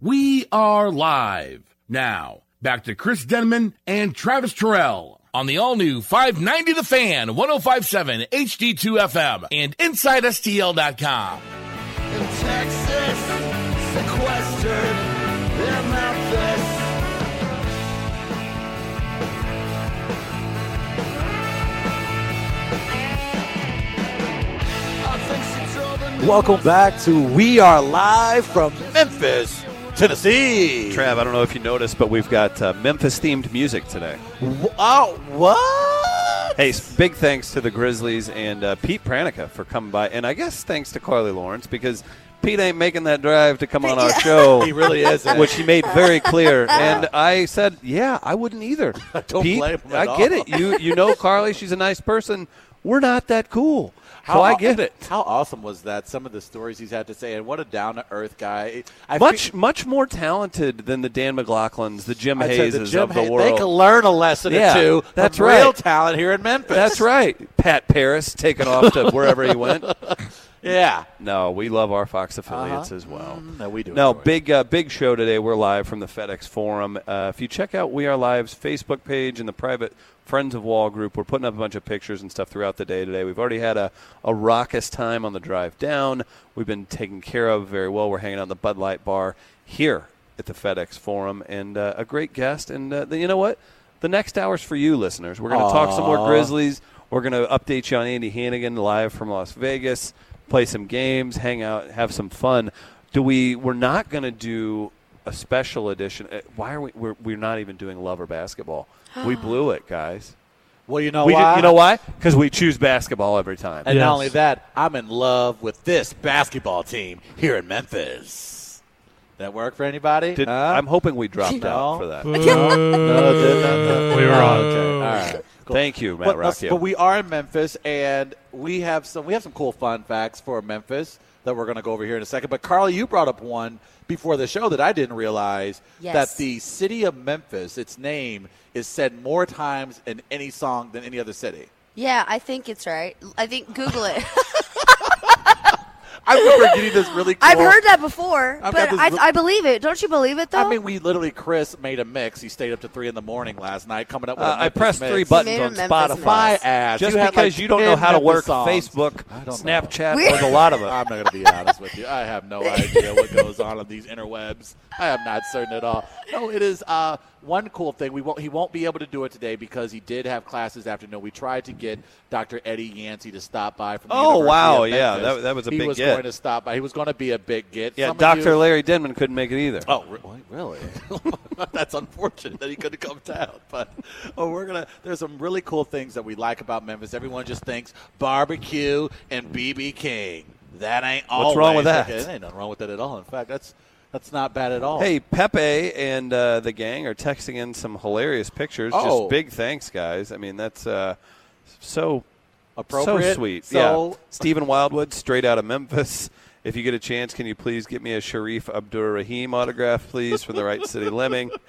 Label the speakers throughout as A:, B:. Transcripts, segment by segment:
A: We are live. Now, back to Chris Denman and Travis Terrell on the all new 590 The Fan, 1057 HD2 FM, and InsideSTL.com.
B: in Texas, sequestered in Memphis. I think she drove a new
C: Welcome back to We Are Live from Memphis, Tennessee.
D: Trav, I don't know if you noticed, but we've got uh, Memphis themed music today.
C: Wow, uh, what?
D: Hey, s- big thanks to the Grizzlies and uh, Pete Pranica for coming by, and I guess thanks to Carly Lawrence because Pete ain't making that drive to come on our show.
C: He really is, isn't
D: which he eh? made very clear. And I said, "Yeah, I wouldn't either."
C: Don't
D: Pete,
C: blame him
D: I
C: at all.
D: get it. You you know Carly, she's a nice person. We're not that cool, so I get it.
C: How awesome was that? Some of the stories he's had to say, and what a down to earth guy. I
D: Much
C: fe-
D: much more talented than the Dan McLaughlins, the Jim
C: I said,
D: Hayes
C: the Jim
D: of the
C: Hay-
D: world.
C: They can learn a lesson
D: Yeah,
C: or two. from
D: that's right.
C: Real talent here in Memphis.
D: That's right. Pat Paris taking off to wherever he went.
C: Yeah.
D: No, we love our Fox affiliates as well.
C: No, we do.
D: No,
C: enjoy it.
D: big uh, big show today. We're live from the FedEx Forum. Uh, if you check out We Are Live's Facebook page and the private Friends of Wall group, we're putting up a bunch of pictures and stuff throughout the day today. We've already had a, a raucous time on the drive down. We've been taken care of very well. We're hanging out in the Bud Light Bar here at the FedEx Forum, and uh, a great guest. And uh, you know what? The next hour's for you, listeners. We're going to talk some more Grizzlies. We're going to update you on Andy Hannigan live from Las Vegas. Play some games, hang out, have some fun. Do we? We're not going to do a special edition. Uh, Why are we? We're, we're not even doing lover basketball. we blew it, guys.
C: Well, you know
D: we
C: why?
D: Did, you know why? Because we choose basketball every time.
C: And
E: Yes.
C: not only that, I'm in love with this basketball team here in Memphis. That work for anybody?
D: Did-
C: Huh?
D: I'm hoping we dropped
C: No.
D: out for that.
C: No, it did not.
E: We were
C: Oh,
E: on.
C: Okay. All right. Cool.
D: Thank you, Matt
C: But, let's-
D: Rocchio.
C: but we are in Memphis, and we have some we have some cool fun facts for Memphis that we're going to go over here in a second. But Carly, you brought up one before the show that I didn't realize
F: Yes.
C: that the city of Memphis, its name, is said more times in any song than any other city.
F: Yeah, I think it's right. I think Google it.
C: I remember getting this really. Cool
F: I've heard that before,
C: I've got
F: but
C: this
F: I,
C: re-
F: I believe it. Don't you believe it though?
C: I mean, we literally Chris made a mix. He stayed up to three in the morning last night, coming up. with
D: Uh,
C: a
D: I
C: Memphis
D: pressed
C: mix.
D: three buttons
F: Made a
D: on
F: Memphis
D: Spotify.
F: mix.
C: My ass.
D: Just
C: You had,
D: because
C: like,
D: you don't
C: 10
D: know how to
C: Memphis
D: work
C: songs.
D: Facebook,
C: I don't know.
D: Snapchat.
F: Weird.
D: There's a lot of
C: I'm
D: it.
C: not going to be honest with you. I have no idea what goes on on these interwebs. I am not certain at all. No, it is uh, one cool thing. We won't. He won't be able to do it today because he did have class this afternoon. We tried to get Dr. Eddie Yancey to stop by from. The
D: Oh,
C: University
D: wow.
C: of
D: Yeah,
C: Memphis.
D: that- that was a
C: he
D: big
C: was
D: get.
C: going to stop by. He was going to be a big get.
D: Yeah,
C: Some of
D: Dr.
C: you-
D: Larry Denman couldn't make it either.
C: Oh, re- wait, really? That's unfortunate that he couldn't come down. But oh, we're gonna. There's some really cool things that we like about Memphis. Everyone just thinks barbecue and BB King. That ain't all.
D: What's wrong with that?
C: there ain't nothing wrong with that at all. In fact, that's that's not bad at all.
D: Hey, Pepe and uh, the gang are texting in some hilarious pictures.
C: Oh.
D: Just big thanks, guys. I mean, that's uh, so
C: appropriate.
D: so sweet.
C: So
D: yeah, Stephen Wildwood, straight out of Memphis. If you get a chance, can you please get me a Sharif Abdur Rahim autograph, please, from the right city lemming?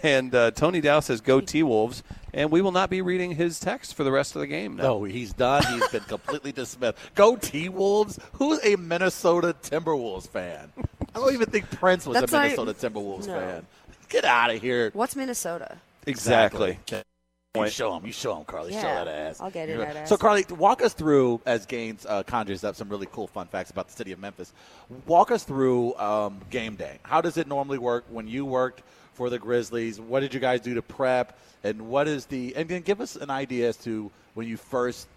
D: And uh, Tony Dow says, "Go T Wolves," and we will not be reading his text for the rest of the game. Now.
C: No, he's done. He's been completely dismissed. Go T Wolves. Who's a Minnesota Timberwolves fan? I don't even think Prince was
F: That's
C: a
F: not-
C: Minnesota Timberwolves
F: No.
C: fan. Get out of here.
F: What's Minnesota?
D: exactly.
C: You
D: Point.
C: show him. You show him, Carly.
F: Yeah,
C: show that ass.
F: I'll get it,
C: You-
F: that ass.
C: So, Carly, walk us through as Gaines uh, conjures up some really cool fun facts about the city of Memphis. Walk us through um, game day. How does it normally work when you worked for the Grizzlies? What did you guys do to prep? And what is the and then give us an idea as to when you first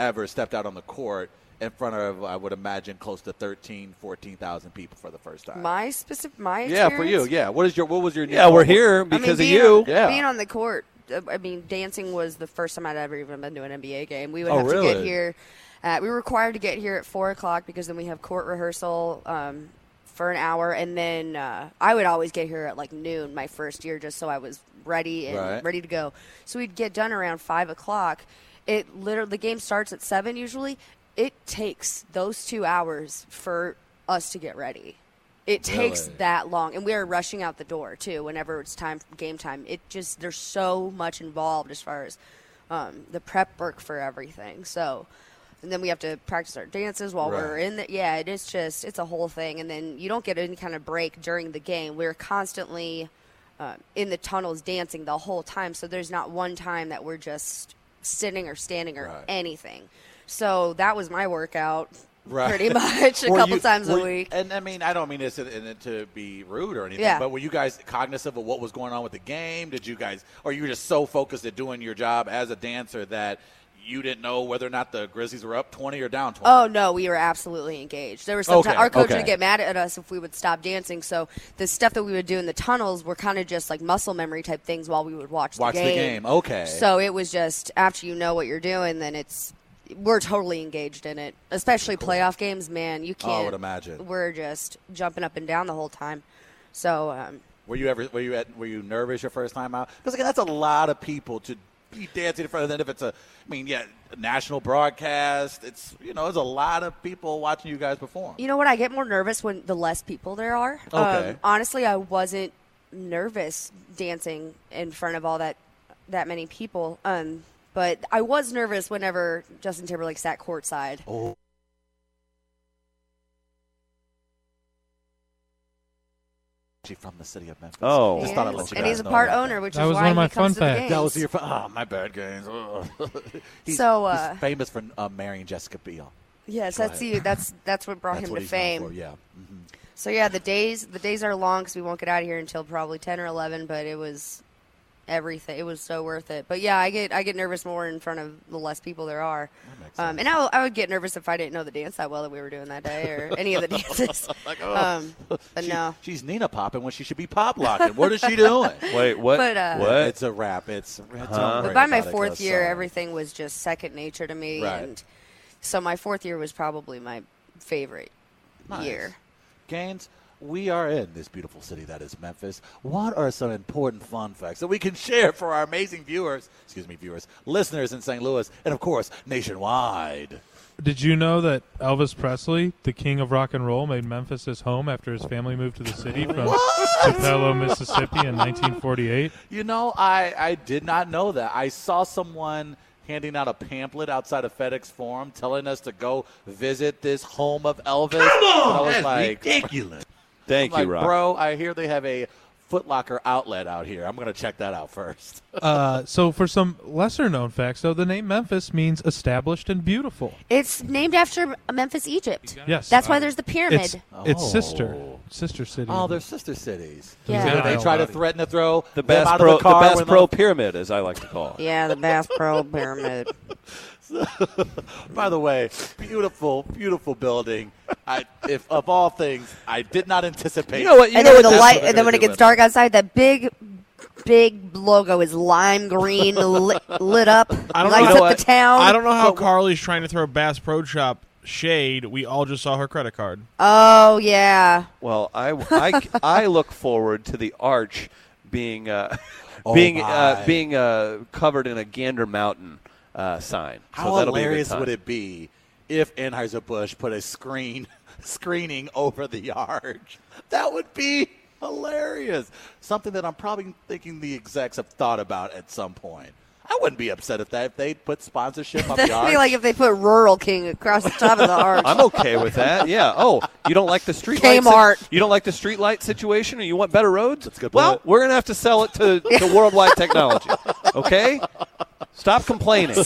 C: ever stepped out on the court in front of I would imagine close to 13, 14,000 people for the first time.
F: My specific my
C: yeah,
F: experience?
C: for you. Yeah. What is your what was your
D: Yeah, we're here
F: I mean,
D: because
F: being
D: of you.
F: on-
C: Yeah.
F: being on the court. uh, I mean, dancing was the first time I'd ever even been to an NBA game. We would
C: Oh,
F: have to
C: really?
F: get here. Uh, we were required to get here at four o'clock because then we have court rehearsal um, for an hour, and then uh, I would always get here at like noon my first year, just so I was ready and
C: Right.
F: ready to go. So we'd get done around five o'clock. It literally the game starts at seven usually. It takes those two hours for us to get ready. It takes
C: Really?
F: that long, and we are rushing out the door too. Whenever it's time game time, it just there's so much involved as far as um, the prep work for everything. So and then we have to practice our dances while
C: Right.
F: we're in the yeah it is just it's a whole thing and then you don't get any kind of break during the game we're constantly uh, in the tunnels dancing the whole time so there's not one time that we're just sitting or standing or
C: Right.
F: anything so that was my workout
C: Right.
F: pretty much a
C: Were
F: couple
C: you-
F: times
C: were
F: a
C: you-
F: week
C: And I mean, I don't mean this in, in, it to be rude or anything,
F: Yeah.
C: but were you guys cognizant of what was going on with the game? Did you guys, or you were just so focused at doing your job as a dancer that you didn't know whether or not the Grizzlies were up 20 or down 20?
F: Oh no, we were absolutely engaged. There was some
C: Okay,
F: our coach
C: okay.
F: would get mad at us if we would stop dancing. So the stuff that we would do in the tunnels were kind of just like muscle memory type things while we would watch,
C: Watch the
F: the game.
C: game, okay.
F: So it was just after you know what you're doing, then it's we're totally engaged in it. Especially playoff games, man. You
C: Oh, I
F: can't.
C: would imagine.
F: We're just jumping up and down the whole time. So um,
C: Were you ever, were you at, were you nervous your first time out? Because again, that's a lot of people to be dancing in front of. Then if it's a, I mean, yeah, national broadcast, it's, you know, there's a lot of people watching you guys perform.
F: You know what? I get more nervous when the less people there are. Um,
C: Okay.
F: honestly, I wasn't nervous dancing in front of all that that many people. Um, but I was nervous whenever Justin Timberlake sat courtside.
C: Oh, From the city of Memphis.
D: Oh.
C: Just thought I'd let you
F: and
C: guys
F: he's a
C: know
F: part
C: about that.
F: owner, which is
E: That was
F: why
E: one of my
F: he comes to
E: fun
F: the
E: facts.
F: games.
C: That was your oh my bad games. Ugh. he's,
F: So,
C: he's
F: uh,
C: famous for uh, marrying Jessica Biel.
F: yes, that's you. That's that's what brought
C: That's
F: him
C: what
F: to
C: he's known
F: fame.
C: for, yeah, Mhm.
F: So yeah, the days the days are long because we won't get out of here until probably ten or eleven. But it was everything. It was so worth it. But yeah, I get I get nervous more in front of the less people there are. Um, and I, w- I would get nervous if I didn't know the dance that well that we were doing that day or any of the dances. um, but
C: oh. She-
F: no,
C: she's Nina popping when she should be pop locking. What is she doing?
D: Wait, what?
F: But, uh,
D: what?
C: It's a wrap. It's, it's don't worry
F: but by my
C: about it,
F: fourth
C: 'cause,
F: year,
C: uh,
F: everything was just second nature to me.
C: Right.
F: And so my fourth year was probably my favorite
C: Nice.
F: year.
C: Gaines, we are in this beautiful city that is Memphis. What are some important fun facts that we can share for our amazing viewers? Excuse me, viewers, listeners in St. Louis, and of course nationwide.
E: Did you know that Elvis Presley, the king of rock and roll, made Memphis his home after his family moved to the city from Tupelo, Mississippi in 1948?
C: You know, I, I did not know that. I saw someone handing out a pamphlet outside of FedEx Forum telling us to go visit this home of Elvis. Come on! I was like,
B: ridiculous.
D: Thank
C: like,
D: you, Rob.
C: bro, I hear they have a Foot Locker outlet out here. I'm going to check that out first.
E: Uh, so, for some lesser known facts, though, the name Memphis means established and beautiful.
F: It's named after Memphis, Egypt.
E: Yes.
F: That's why there's the pyramid.
E: It's, it's
C: Oh.
E: sister, sister city.
C: Oh, they're sister cities.
F: Yeah.
C: You know, they
E: Yeah.
C: try to threaten to throw
D: the
C: them
D: Bass
C: out
D: Pro,
C: of the car.
D: Bass
C: when
D: Pro
C: the-
D: Pyramid, as I like to call it.
F: Yeah, the Bass Pro Pyramid.
C: by the way, beautiful, beautiful building. I, if of all things, I did not anticipate.
D: You know what? You
F: and
D: know what
F: then when the
D: that's
F: light,
D: what
F: and then when it gets dark outside, that big, big logo is lime green lit, lit up,
G: I don't
F: lights
G: know
F: up
G: what-
F: the town.
G: I don't know how Carly's trying to throw Bass Pro Shop shade. We all just saw her credit card.
F: Oh yeah,
D: Well, I, I, I look forward to the arch being uh,
F: Oh
D: being uh,
C: my.
D: being uh, covered in a Gander Mountain uh, sign.
C: How
D: so that'll
C: hilarious
D: be a good
C: would
D: time.
C: it be if Anheuser Busch put a screen screening over the arch? That would be hilarious. Something that I'm probably thinking the execs have thought about at some point. I wouldn't be upset if that if they put sponsorship on
F: that'd
C: the arch.
F: be like if they put Rural King across the top of the arch.
D: I'm okay with that. Yeah. Oh, you don't like the street light
F: Kmart.
D: you don't like the street light situation, or you want better roads? That's
C: good
D: Well,
C: point.
D: we're gonna have to sell it to, to Worldwide Technology. Okay. Stop complaining.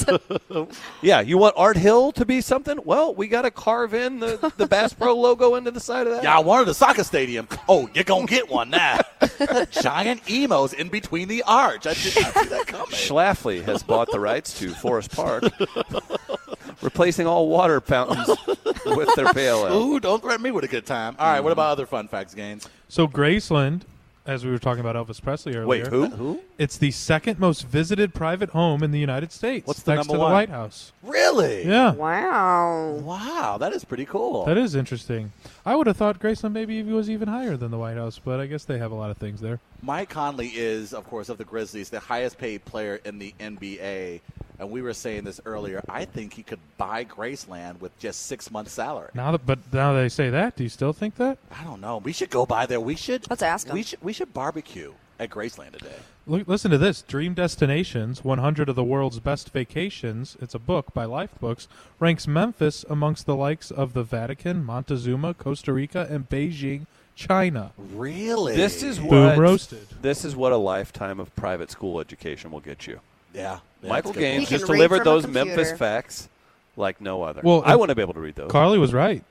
D: yeah, you want Art Hill to be something? Well, we got to carve in the, the Bass Pro logo into the side of that.
C: yeah, I wanted a soccer stadium. Oh, you're gonna get one now. Giant emos in between the arch. I did not see that coming.
D: Schlafly has bought the rights to Forest Park, replacing all water fountains with their pale ale.
C: Ooh, don't threaten me with a good time. All right,
D: Mm-hmm.
C: what about other fun facts, Gaines?
E: so, Graceland, as we were talking about Elvis Presley earlier,
D: Wait, who? Who?
E: It's the second most visited private home in the United States,
C: What's the
E: next
C: number
E: to the
C: one?
E: White House.
C: Really?
E: Yeah,
F: wow.
C: Wow, that is pretty cool.
E: that is interesting. I would have thought Graceland maybe was even higher than the White House, but I guess they have a lot of things there.
C: Mike Conley is, of course, of the Grizzlies, the highest paid player in the NBA. And we were saying this earlier. I think he could buy Graceland with just six months' salary.
E: Now that, but now they say that, do you still think that?
C: I don't know. We should go by there. We should.
F: Let's ask him.
C: We should. We should barbecue at Graceland today.
E: Look, listen to this Dream Destinations 100 of the World's Best Vacations. It's a book by Lifebooks. Ranks Memphis amongst the likes of the Vatican, Montezuma, Costa Rica, and Beijing, China.
C: Really?
D: This is what
E: Boom roasted.
D: This is what a lifetime of private school education will get you.
C: yeah. yeah,
D: Michael
C: that's a good
D: Gaines
F: point. You
D: just
F: can read
D: delivered
F: from a
D: those Memphis
F: computer.
D: facts like no other.
E: Well,
D: I
E: if-
D: want to be able to read those.
E: Carly was right.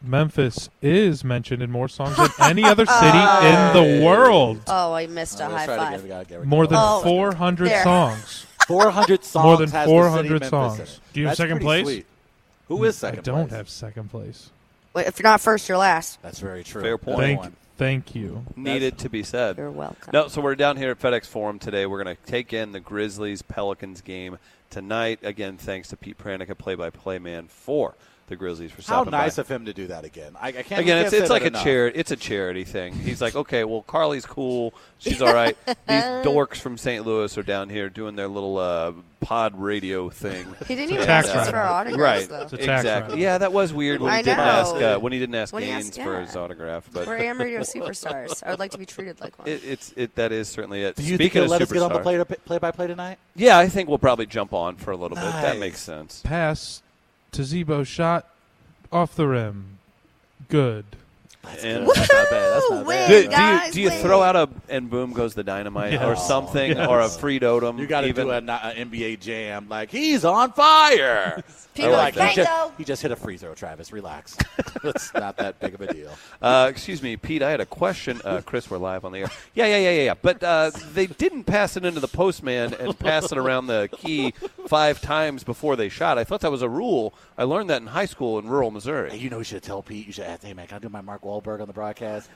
E: Memphis is mentioned in more songs than any other city in the world.
F: Oh, I missed a
C: one. Let's
F: high
C: try it again. We
F: five.
C: gotta get-
E: More than
F: Oh,
E: 400
F: there.
E: songs.
C: 400 songs.
E: More than
C: has the city
E: 400
C: Memphis
E: songs.
C: in it.
G: Do you have
C: That's
G: second
C: pretty
G: place?
C: sweet. Who is second
E: I don't
C: place?
E: have second place.
F: Wait, if you're not first, you're last.
C: That's very true.
D: Fair point.
E: Thank,
C: One.
E: thank you.
D: Needed to be said.
F: You're welcome.
D: No, so we're down here at FedEx Forum today. We're going to take in the Grizzlies Pelicans game tonight. Again, thanks to Pete Pranica, play-by-play man for the Grizzlies for
C: How
D: stopping by.
C: nice of him to do that again. I, I can't.
D: Again,
C: I
D: it's,
C: can't
D: it's
C: say
D: like
C: that
D: a
C: enough.
D: charity. It's a charity thing. He's like, okay, well, Carly's cool. She's all right. These dorks from St. Louis are down here doing their little uh, pod radio thing.
F: He didn't even
E: Tax
F: ask us
E: writer.
F: for our
D: Right,
F: autographs, though.
E: a tax
D: exactly.
E: writer.
D: Yeah, that was weird when
F: I
D: he didn't
F: know.
D: ask uh, when he didn't ask
F: When he
D: Gaines
F: asked-
D: for
F: yeah.
D: his autograph. But
F: We're AM radio superstars. I would like to be treated like one.
D: it, it's it that is certainly it.
C: Do you
D: Speaking
C: think
D: of
C: he'll let us get on the
D: superstar-
C: play, play by play tonight?
D: Yeah, I think we'll probably jump on for a little bit. That
C: Nice.
D: makes sense.
E: Pass to Zebo shot off the rim. Good.
D: And-
C: That's not bad. That's
F: Woo!
C: not
F: Win,
C: bad.
D: do, do you,
F: guys,
D: do you
F: win.
D: throw out a and boom goes the dynamite
E: Yes.
D: or something or a Freed Odom?
C: You got to
D: even?
C: do an NBA jam. Like, he's on fire.
F: People
C: They're
F: like,
C: he just,
F: "Franco."
C: he just hit a free throw, Travis. Relax. it's not that big of a deal.
D: Uh, excuse me, Pete. I had a question. Uh, Chris, we're live on the air. Yeah, yeah, yeah, yeah, yeah. But uh, they didn't pass it into the postman and pass it around the key five times before they shot. I thought that was a rule. I learned that in high school in rural
C: Hey,
D: Missouri.
C: you know, you should tell Pete. You should ask, hey, man, can I do my Mark Wahlberg on the broadcast?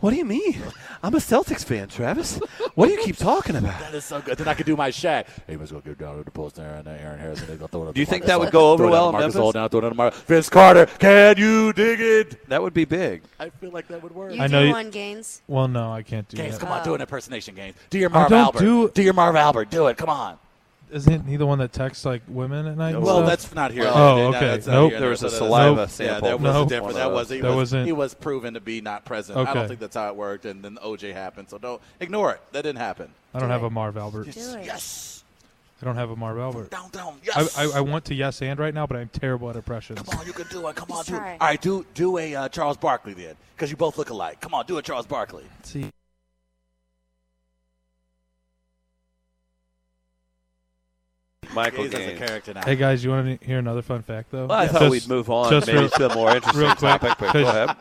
D: What do you mean? I'm a Celtics fan, Travis. What do you keep talking about?
C: That is so good. Then I could do my Shaq. Hey, let's go get down to the post there and uh, Aaron Harrison. They're gonna throw it up
D: Do you
C: to
D: think
C: Marcus
D: that would
C: All.
D: go over
C: Throw it
D: well
C: up to
D: in
C: Marcus
D: Memphis?
C: All, now throw it up to Mar- Vince Carter, can you dig it?
D: That would be big.
C: I feel like that would work.
F: you
E: I
F: do
E: know you-
F: one, Gaines.
E: Well, no, I can't do
C: Gaines,
E: that.
C: come on, do an impersonation, Gaines. Do your Marv
E: don't
C: Albert.
E: do-
C: your Marv Albert. Do it. Come on.
E: Isn't he the one that texts like women at night? and
C: Well,
E: stuff?
C: that's not here.
E: Oh,
C: No,
E: okay.
C: that's not
E: Nope.
C: here.
D: There was a
C: No, no, no, no.
D: saliva
E: Nope.
D: sample.
C: Yeah, that was
E: Nope.
C: a different. That was he
E: That
C: was
E: wasn't-
C: he was proven to be not present. I
E: Okay.
C: don't think that's how it worked. And then OJ happened, so don't ignore it. That didn't happen.
E: I don't have a Marv Albert.
F: Do it.
C: Yes,
E: I don't have a Marv Albert.
C: down, down.
E: I,
C: Yes.
E: I, I want to yes and right now, but I'm terrible at impressions.
C: Come on, you can do it. Come on,
F: Let's
C: do it.
F: try.
C: All right, do do a uh, Charles Barkley then, because you both look alike. Come on, do a Charles Barkley.
E: See,
D: Michael
C: He's as a
D: Gaines.
C: character now.
E: hey guys, you want to hear another fun fact though?
D: Well, I thought
E: Just-
D: we'd move on
E: just
D: maybe
E: real-
D: to a more interesting
E: real quick,
D: topic, but go ahead.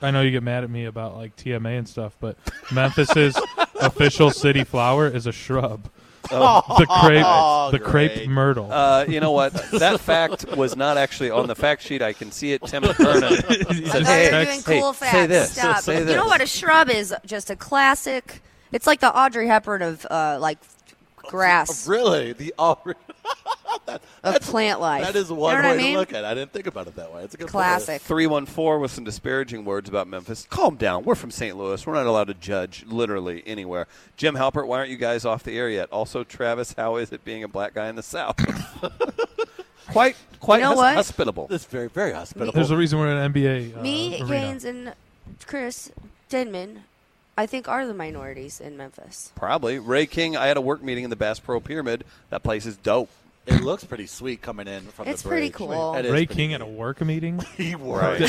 E: I know you get mad at me about like TMA and stuff, but Memphis's official city flower is a shrub, the crepe, the crepe
C: great.
E: myrtle.
D: Uh, you know what? That fact was not actually on the fact sheet. I can see it. Tim McKernan
F: I
D: said,
F: thought
D: "Hey,
F: you were doing
D: hey,
F: cool facts.
D: say this,
F: Stop.
D: say
F: You
D: this."
F: know what? A shrub is just a classic. It's like the Audrey Hepburn of uh, like grass
C: Really, the Aubrey.
F: of plant life.
C: That is
F: You know
C: one
F: what
C: way
F: I mean?
C: to look at. it. I didn't think about it that way. It's a good point.
F: Classic.
D: 314 with some disparaging words about Memphis. Calm down. We're from St. Louis. We're not allowed to judge literally anywhere. Jim Halpert, why aren't you guys off the air yet? Also, Travis, how is it being a black guy in the South? quite quite
F: You know
D: hus-
F: what?
D: hospitable.
C: It's very very hospitable.
E: There's a reason we're an NBA. Uh,
F: Me,
E: arena.
F: Gaines, and Chris Denman, I think, are the minorities in Memphis.
D: Probably. Ray King, I had a work meeting in the Bass Pro Pyramid. That place is dope.
C: It looks pretty sweet coming in from
F: It's
C: the
F: pretty
C: bridge.
F: cool.
C: That is
E: Ray
C: pretty
E: King
C: neat.
E: at a work meeting.
C: He worked.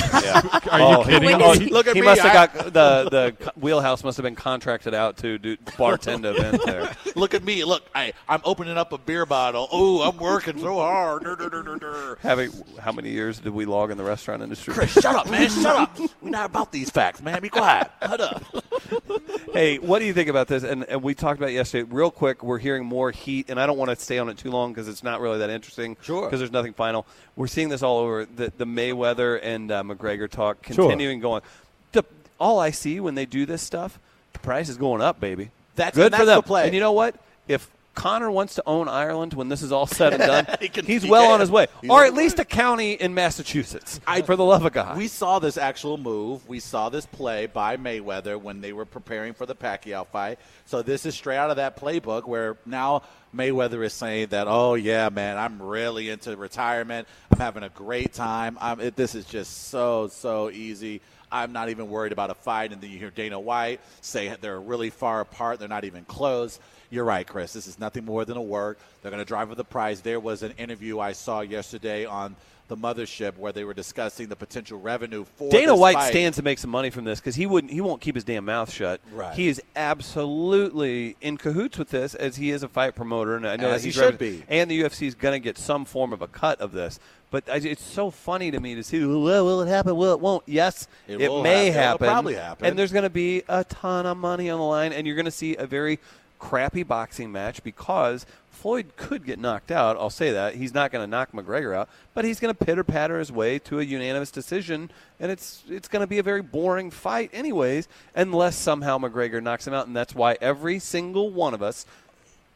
D: Are you
F: kidding?
D: He,
F: When
D: oh,
F: is
D: he,
F: he-
D: look
C: Look
D: at
C: at
D: he
C: me,
D: must have
C: I-
D: got the the co- wheelhouse must have been contracted out to do bartend event there.
C: Look at me. Look, I, I'm opening up a beer bottle. Oh, I'm working so hard. Dur, dur, dur, dur, dur.
D: Having how many years did we log in the restaurant industry?
C: Chris, shut up, man. Shut up. We're not about these facts, man. Be quiet. Shut up.
D: Hey, what do you think about this? And, and we talked about it yesterday. Real quick, we're hearing more heat, and I don't want to stay on it too long because it's not really that interesting.
C: Sure.
D: Because there's nothing final. We're seeing this all over the, the Mayweather and uh, McGregor talk continuing going. The, all I see when they do this stuff, the price is going up, baby.
C: That's-
D: good
C: and
D: for
C: that's
D: them.
C: the play.
D: And you know what? If Connor wants to own Ireland when this is all said and done,
C: He can-
D: he's
C: he
D: well
C: can.
D: on his way,
C: He's
D: or
C: on
D: at
C: his way.
D: least a county in Massachusetts. for the love of God,
C: We saw this actual move. We saw this play by Mayweather when they were preparing for the Pacquiao fight. So this is straight out of that playbook where now Mayweather is saying that, oh yeah, man, I'm really into retirement. I'm having a great time. I'm, it, this is just so so easy. I'm not even worried about a fight. And then you hear Dana White say they're really far apart. They're not even close. You're right, Chris. This is nothing more than a work. They're going to drive with the prize. There was an interview I saw yesterday on the mothership where they were discussing the potential revenue for
D: Dana
C: this
D: White
C: fight.
D: stands to make some money from this because he wouldn't. He won't keep his damn mouth shut.
C: Right.
D: He is absolutely in cahoots with this, as he is a fight promoter, and I know
C: As
D: that
C: he
D: he's
C: should
D: represent-
C: be.
D: And the UFC is going to get some form of a cut of this. But I, it's so funny to me to see. Well, will it happen? Will it won't? Yes,
C: It will
D: may
C: happen. It'll
D: happen.
C: probably happen.
D: And there's going to be a ton of money on the line, and you're going to see a very crappy boxing match because Floyd could get knocked out. I'll say that. He's not going to knock McGregor out, but he's going to pitter patter his way to a unanimous decision, and it's it's going to be a very boring fight, anyways, unless somehow McGregor knocks him out. And that's why every single one of us.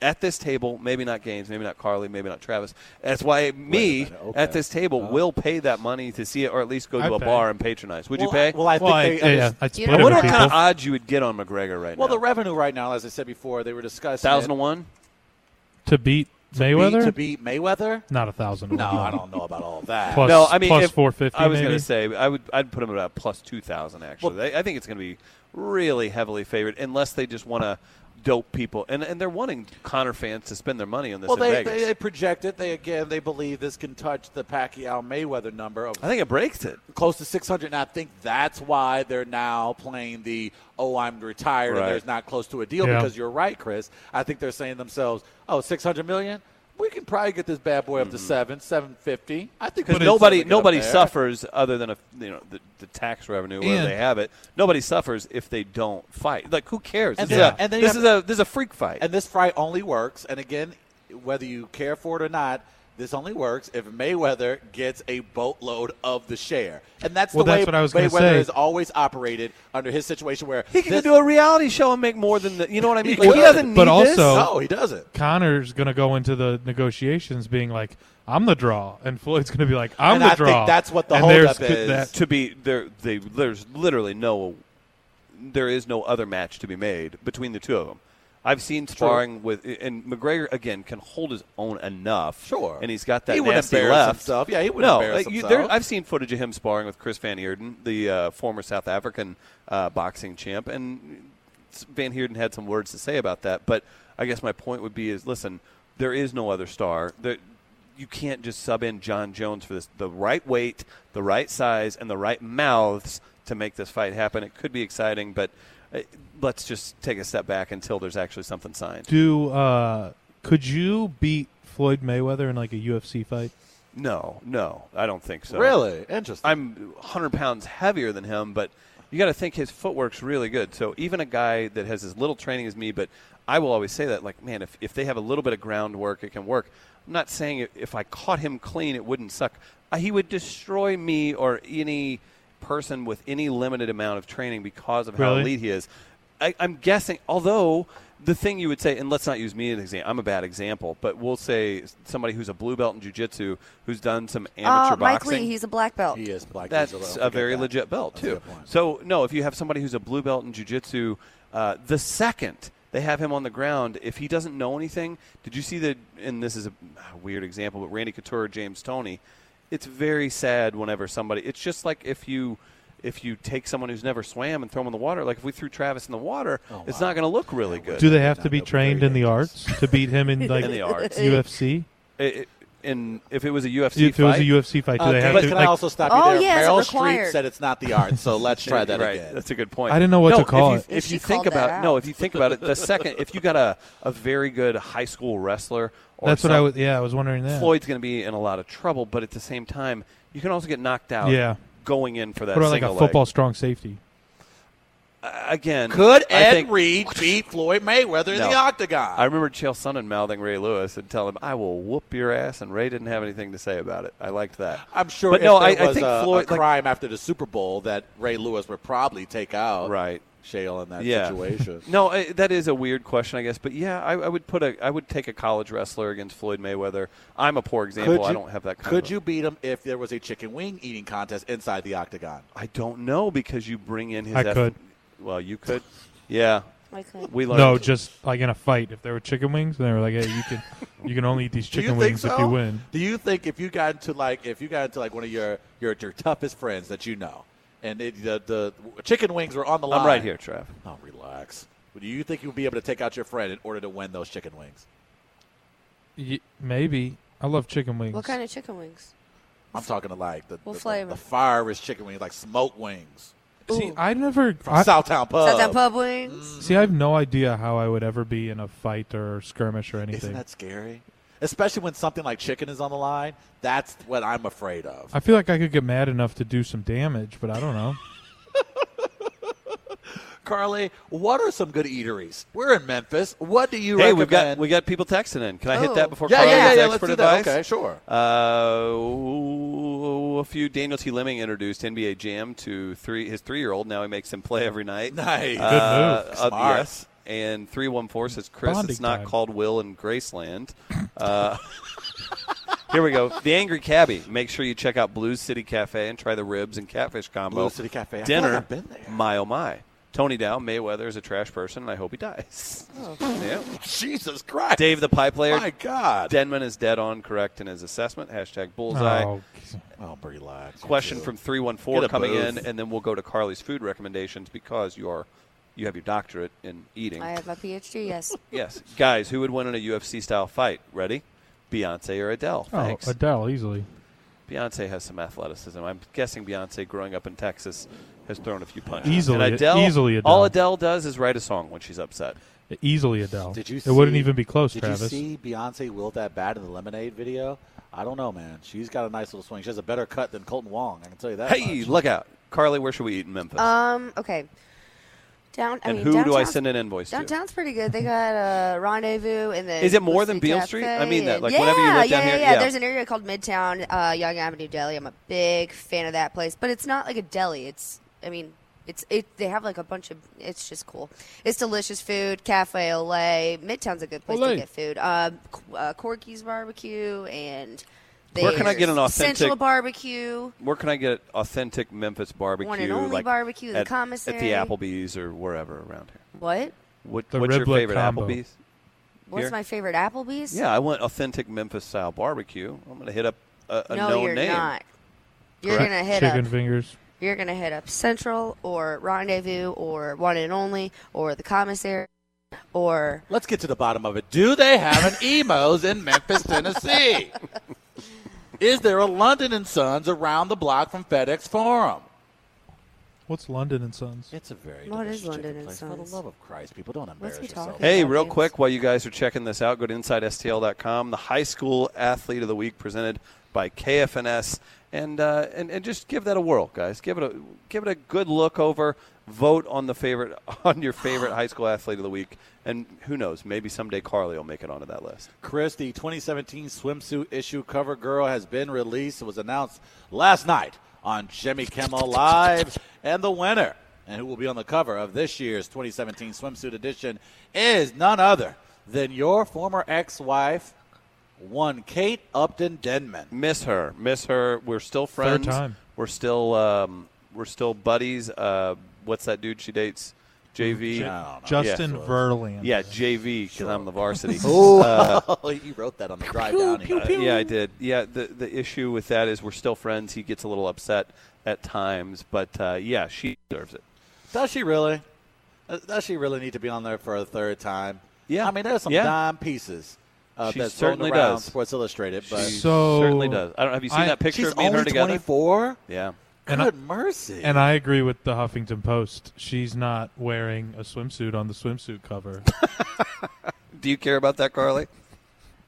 D: At this table, maybe not Gaines, maybe not Carly, maybe not Travis. That's why me
C: minute, okay.
D: at this table will pay that money to see it, or at least go to
E: I'd
D: a
E: pay.
D: bar and patronize. Would
C: well,
D: you pay?
C: I, well, I think
E: Well, I,
C: they,
E: yeah, yeah, I'd
F: You
E: split
D: I
F: know Better
E: it with
D: wonder what
E: people.
D: kind of odds you would get on McGregor right
C: well,
D: now.
C: the revenue right now, as I said before, they were discussing
D: thousand to
C: it.
D: one.
E: to beat Mayweather.
C: Beat, to beat Mayweather.
E: Not a thousand.
C: No, I don't know about all that.
E: Plus-
D: no, I mean
E: plus
D: if-
E: 450
D: I was
E: maybe?
D: gonna say I would. I'd put him at about plus two thousand. Actually, They- I think it's going to be really heavily favored unless they just want to dope people, and and they're wanting Connor fans to spend their money on this
C: well,
D: in
C: they,
D: Vegas.
C: they, they project it. They again, they believe this can touch the Pacquiao Mayweather number of
D: I think it breaks it.
C: close to 600. And I think that's why they're now playing the, oh, I'm retired
D: Right.
C: and there's not close to a deal
E: Yeah.
C: because you're right, Chris. I think they're saying to themselves, oh, 600 million? We can probably get this bad boy
D: Mm-hmm.
C: up to seven, 750. I think we
D: Because
C: can
D: nobody
C: certainly get
D: nobody
C: up there.
D: suffers other than a you know the, the tax revenue where
E: And-
D: they have it. Nobody suffers if they don't fight. Like who cares?
C: And
D: this
C: then-
D: is a,
C: and then you
D: this
C: have
D: is a this is a freak fight.
C: And this fight only works. And again, whether you care for it or not, this only works if Mayweather gets a boatload of the share. And that's
E: Well,
C: the way
E: that's what I was gonna
C: Mayweather
E: say.
C: has always operated under his situation where
D: he can
C: this-
D: do a reality show and make more than the, you know what I mean. Like, he
C: could,
D: doesn't need
E: but
D: this.
E: also-
C: No, he doesn't.
E: Connor's going to go into the negotiations being like, "I'm the draw," and Floyd's going to be like, "I'm
C: And
E: the
C: I think
E: draw."
C: that's what the
E: And
C: holdup
E: there's
C: is.
E: that-
D: to be there they there's literally no there is no other match to be made between the two of them I've seen sparring with and McGregor again can hold his own enough.
C: Sure.
D: and he's got that
C: He wouldn't
D: nasty
C: embarrass
D: left.
C: himself. Yeah, he wouldn't
D: no,
C: embarrass
D: like, you-
C: himself.
D: I've seen footage of him sparring with Chris Van Heerden, the uh, former South African uh, boxing champ, and Van Heerden had some words to say about that. But I guess my point would be is listen, there is no other star. There, you can't just sub in John Jones for this. The right weight, the right size, and the right mouths to make this fight happen. It could be exciting, but uh, let's just take a step back until there's actually something signed.
E: Do uh, could you beat Floyd Mayweather in like a UFC fight?
D: No, no, I don't think so.
C: Really? Interesting.
D: I'm 100 pounds heavier than him, but you got to think his footwork's really good. So even a guy that has as little training as me, but I will always say that, like, man, if, if they have a little bit of groundwork, it can work. I'm not saying if- if I caught him clean, it wouldn't suck. Uh, He would destroy me or any person with any limited amount of training because of how
E: Really?
D: elite he is. I, I'm guessing, although the thing you would say, and let's not use me as an example, I'm a bad example, but we'll say somebody who's a blue belt in jiu-jitsu who's done some amateur
F: Uh, Mike
D: boxing
F: Lee, he's a black belt.
C: he is black. He's
D: that's
C: don't
D: a
C: forget
D: very
C: that.
D: legit belt
C: a
D: too.
C: good point.
D: So no, if you have somebody who's a blue belt in jujitsu, uh, the second they have him on the ground, if he doesn't know anything, did you see the? And this is a weird example, but Randy Couture, James Tony, it's very sad whenever somebody. It's just like if you. If you take someone who's never swam and throw them in the water, like if we threw Travis in the water,
C: Oh,
D: it's not going to look really
C: Uh,
D: good.
E: Do they have to be trained in the arts to beat him in like
D: In the arts.
E: UFC?
D: It- it- and if it was a UFC
E: if it was a
D: fight-
E: UFC fight, do
C: Uh,
E: they have
C: but
E: to?
C: can I
E: like,
C: also stop
F: Oh,
C: you there?
F: yeah, is it
C: Meryl Streep
F: required?
C: said it's not the art, so let's try that
D: right.
C: again.
D: That's a good point.
E: I didn't know what
D: No,
E: to call
D: if
E: it.
D: you, if
F: She
D: you think
F: called that
D: about
F: out.
D: no, if you think about it, the second if you got a, a very good high school wrestler, or
E: that's what I
D: some-
E: was. Yeah, I was wondering that.
D: Floyd's going to be in a lot of trouble. But at the same time, you can also get knocked out.
E: Yeah.
D: going in for that.
E: what about like
D: single
E: a
D: leg.
E: football strong safety?
D: Uh, again?
C: Could
D: I
C: Ed
D: think-
C: Reed beat Floyd Mayweather in
D: No.
C: the octagon?
D: I remember Chael Sonnen mouthing Ray Lewis and telling him, "I will whoop your ass," and Ray didn't have anything to say about it. I liked that.
C: I'm sure.
D: But
C: if
D: no,
C: there
D: I, I
C: was
D: think
C: a,
D: Floyd.
C: a
D: like,
C: crime after the Super Bowl that Ray Lewis would probably take out
D: right.
C: Shale in that
D: yeah.
C: situation.
D: No, I, that is a weird question, I guess. But yeah, I, I would put a, I would take a college wrestler against Floyd Mayweather. I'm a poor example. I don't have that. Kind
C: Could
D: of,
C: you beat him if there was a chicken wing eating contest inside the octagon?
D: I don't know because you bring in his.
E: I could.
D: Well, you could. Yeah,
F: I could.
D: we learned.
E: No, just like in a fight, if there were chicken wings, and they were like, "Hey, you can, you can only eat these
C: Do you
E: chicken
C: think
E: wings
C: so?
E: if you win."
C: Do you think if you got into like if you got into like one of your your, your toughest friends that you know and it, the, the chicken wings were on the line.
D: I'm right here, Trav.
C: Oh, relax. Do you think you'll be able to take out your friend in order to win those chicken wings?
E: Y- maybe. I love chicken wings.
F: What kind of chicken wings?
C: I'm talking to like the,
F: What
C: the,
F: flavor?
C: the fire is chicken wings, like smoke wings
E: See,
F: Ooh.
E: I never.
C: from
E: I,
C: Southtown Pub.
D: Uh,
F: Is that that pub wings?
E: see, I have no idea how I would ever be in a fight or skirmish or
C: Isn't
E: anything.
C: that scary? Especially when something like chicken is on the line. That's what I'm afraid of.
E: I feel like I could get mad enough to do some damage, but I don't know.
C: Carly, what are some good eateries? We're in Memphis. What do you
D: Hey,
C: recommend?
D: we've got we got people texting in. Can I hit
F: Oh.
D: that before
C: yeah,
D: Carly
C: yeah, yeah,
D: gets
C: yeah. Let's
D: expert
C: do that.
D: advice?
C: Okay, sure.
D: Uh, ooh, a few. Daniel T. Lemming introduced NBA Jam to three his three year old. Now he makes him play every night.
C: Nice. Good
D: Uh,
C: move.
D: uh,
C: Smart.
D: yes. And three one four says Chris.
E: Bonding
D: it's not
E: time.
D: called Will in Graceland. Uh, here we go. The Angry Cabbie. Make sure you check out Blues City Cafe and try the ribs and catfish combo.
C: Blues City Cafe. I feel like
D: Dinner.
C: I've been there.
D: My oh my. Tony Dow Mayweather is a trash person, and I hope he dies. Yeah.
C: Jesus Christ.
D: Dave the Pie Player.
C: Oh. My God.
D: Denman is dead on correct in his assessment. Hashtag bullseye.
E: Oh,
C: oh, relax.
D: Question
C: Dude.
D: from
C: Get
D: 314
C: a
D: coming in,
C: booth.
D: and then we'll go to Carly's food recommendations because you are you have your doctorate in eating.
F: I have my PhD. Yes.
D: yes. Guys, who would win in a UFC style fight? Ready? Beyonce or Adele?
E: oh
D: Thanks.
E: Adele, easily.
D: Beyonce has some athleticism. I'm guessing Beyonce, growing up in Texas, has thrown a few punches.
E: Easily-
D: And Adele,
E: easily Adele.
D: All Adele does is write a song when she's upset.
E: Easily Adele.
C: Did you?
E: it wouldn't
C: see-
E: even be close,
C: Did
E: Travis.
C: you see Beyonce wilt that bad in the Lemonade video? I don't know, man. She's got a nice little swing. She has a better cut than Colton Wong. I can tell you that.
D: Hey,
C: much.
D: look out. Carly, where should we eat in Memphis?
F: Um. Okay. Down. I
D: and
F: mean,
D: who do I
F: downtown's-
D: send an invoice to?
F: Downtown's pretty good. They got a rendezvous and then.
D: Is it more than Beale Street? I mean that, like, whenever you look down
F: yeah,
D: here-
F: yeah,
D: yeah.
F: There's an area called Midtown uh, Young Avenue Deli. I'm a big fan of that place, but it's not like a deli. It's, I mean, it's it. They have like a bunch of. It's just cool. It's delicious food. Cafe Olay. Midtown's a good place
E: Olay.
F: to get food. Uh, Qu- uh, Corky's Barbecue and.
D: Where can I get an
F: there's
D: authentic-
F: Central Barbecue?
D: Where can I get authentic Memphis barbecue?
F: only
D: like
F: barbecue, the
D: at,
F: commissary.
D: at the Applebee's or wherever around here.
F: What?
D: What,
E: The
D: what's your
E: riblet
D: favorite
E: combo.
D: Applebee's?
F: What's
D: Here?
F: my favorite Applebee's?
D: Yeah, I want authentic Memphis style barbecue. I'm going to hit up a, a
F: no,
D: known
F: you're
D: name.
F: not. You're
D: Correct.
F: gonna hit
E: Chicken
F: up.
E: fingers.
F: You're gonna hit up Central or Rendezvous or One and Only or the Commissary or
C: Let's get to the bottom of it. Do they have an emos in Memphis, Tennessee? Is there a London and Sons around the block from FedEx Forum?
E: What's London and Sons?
C: It's a very
F: What
C: delicious
F: is London
C: chicken
F: and
C: place. For
F: Sons?
C: the love of Christ, people don't embarrass
F: he
C: yourself.
F: talking
D: Hey,
F: about,
D: real
F: James?
D: quick, while you guys are checking this out, go to InsideSTL.com. The High School Athlete of the Week presented by KFNS, and uh, and and just give that a whirl, guys. Give it a give it a good look over. Vote on the favorite on your favorite High School Athlete of the Week, and who knows, maybe someday Carly will make it onto that list.
C: Chris, the 2017 swimsuit issue cover girl has been released. It was announced last night on Jimmy Kimmel Live. And the winner, and who will be on the cover of this year's 2017 swimsuit edition, is none other than your former ex wife, one Kate Upton Denman.
D: Miss her. Miss her. We're still friends.
E: time.
D: We're still um, we're still buddies. Uh, what's that dude she dates? JV.
C: I don't know.
E: Justin Verland.
D: Yeah, JV because I'm the varsity.
C: Oh, you wrote that on the drive down. here.
D: Uh, yeah, I did. Yeah, the the issue with that is we're still friends. He gets a little upset at times, but uh, yeah, she deserves it.
C: Does she really? Uh, Does she really need to be on there for a third time?
D: Yeah.
C: I mean, there's some
D: Yeah.
C: dime pieces. Uh,
D: She
C: that's
D: certainly
C: floating around
D: does.
C: Sports Illustrated, but
D: She
E: So-
D: certainly does. I don't have you seen
E: I-
D: that picture
C: she's
D: of me and her
C: only
D: together?
C: 24.
D: Yeah.
E: And I-
C: Good mercy.
E: And I agree with the Huffington Post. She's not wearing a swimsuit on the swimsuit cover.
D: Do you care about that, Carly?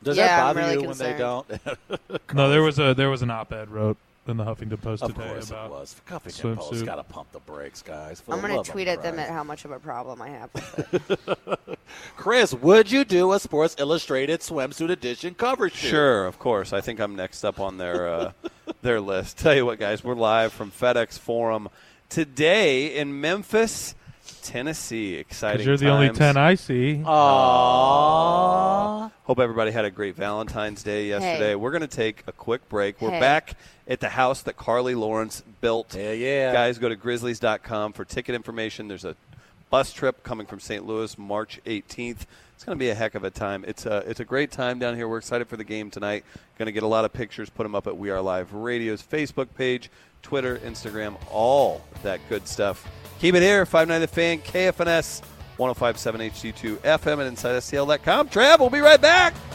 C: Does
F: Yeah,
C: that
F: I'm
C: bother
F: really
C: you when they
F: concerned.
C: don't?
E: no, there was a there was an op-ed wrote in the Huffington Post
C: of
E: today
C: course it
E: about
C: was. Huffington Post
E: swimsuit.
C: got to pump the brakes, guys. For
F: I'm
C: the
F: gonna
C: love of
F: tweet at them at
C: Christ.
F: how much of a problem I have. with it.
C: Chris, would you do a Sports Illustrated swimsuit edition cover shoot?
D: Sure, of course. I think I'm next up on their uh, their list. Tell you what, guys, we're live from FedEx Forum today in Memphis, Tennessee. Exciting!
E: 'Cause you're the only
D: times.
E: ten I see.
C: Aww.
D: Hope everybody had a great Valentine's Day yesterday. We're going to take a quick break. We're
F: Hey.
D: back at the house that Carly Lawrence built.
C: Hell yeah.
D: Guys, go to grizzlies.com for ticket information. There's a bus trip coming from St. Louis March 18th. It's going to be a heck of a time. It's a, it's a great time down here. We're excited for the game tonight. Going to get a lot of pictures, put them up at We Are Live Radio's Facebook page, Twitter, Instagram, all that good stuff. Keep it here, 59 The Fan, oh KFNS, 1057 HD2 FM, and InsideSTL.com. Trav, we'll be right back.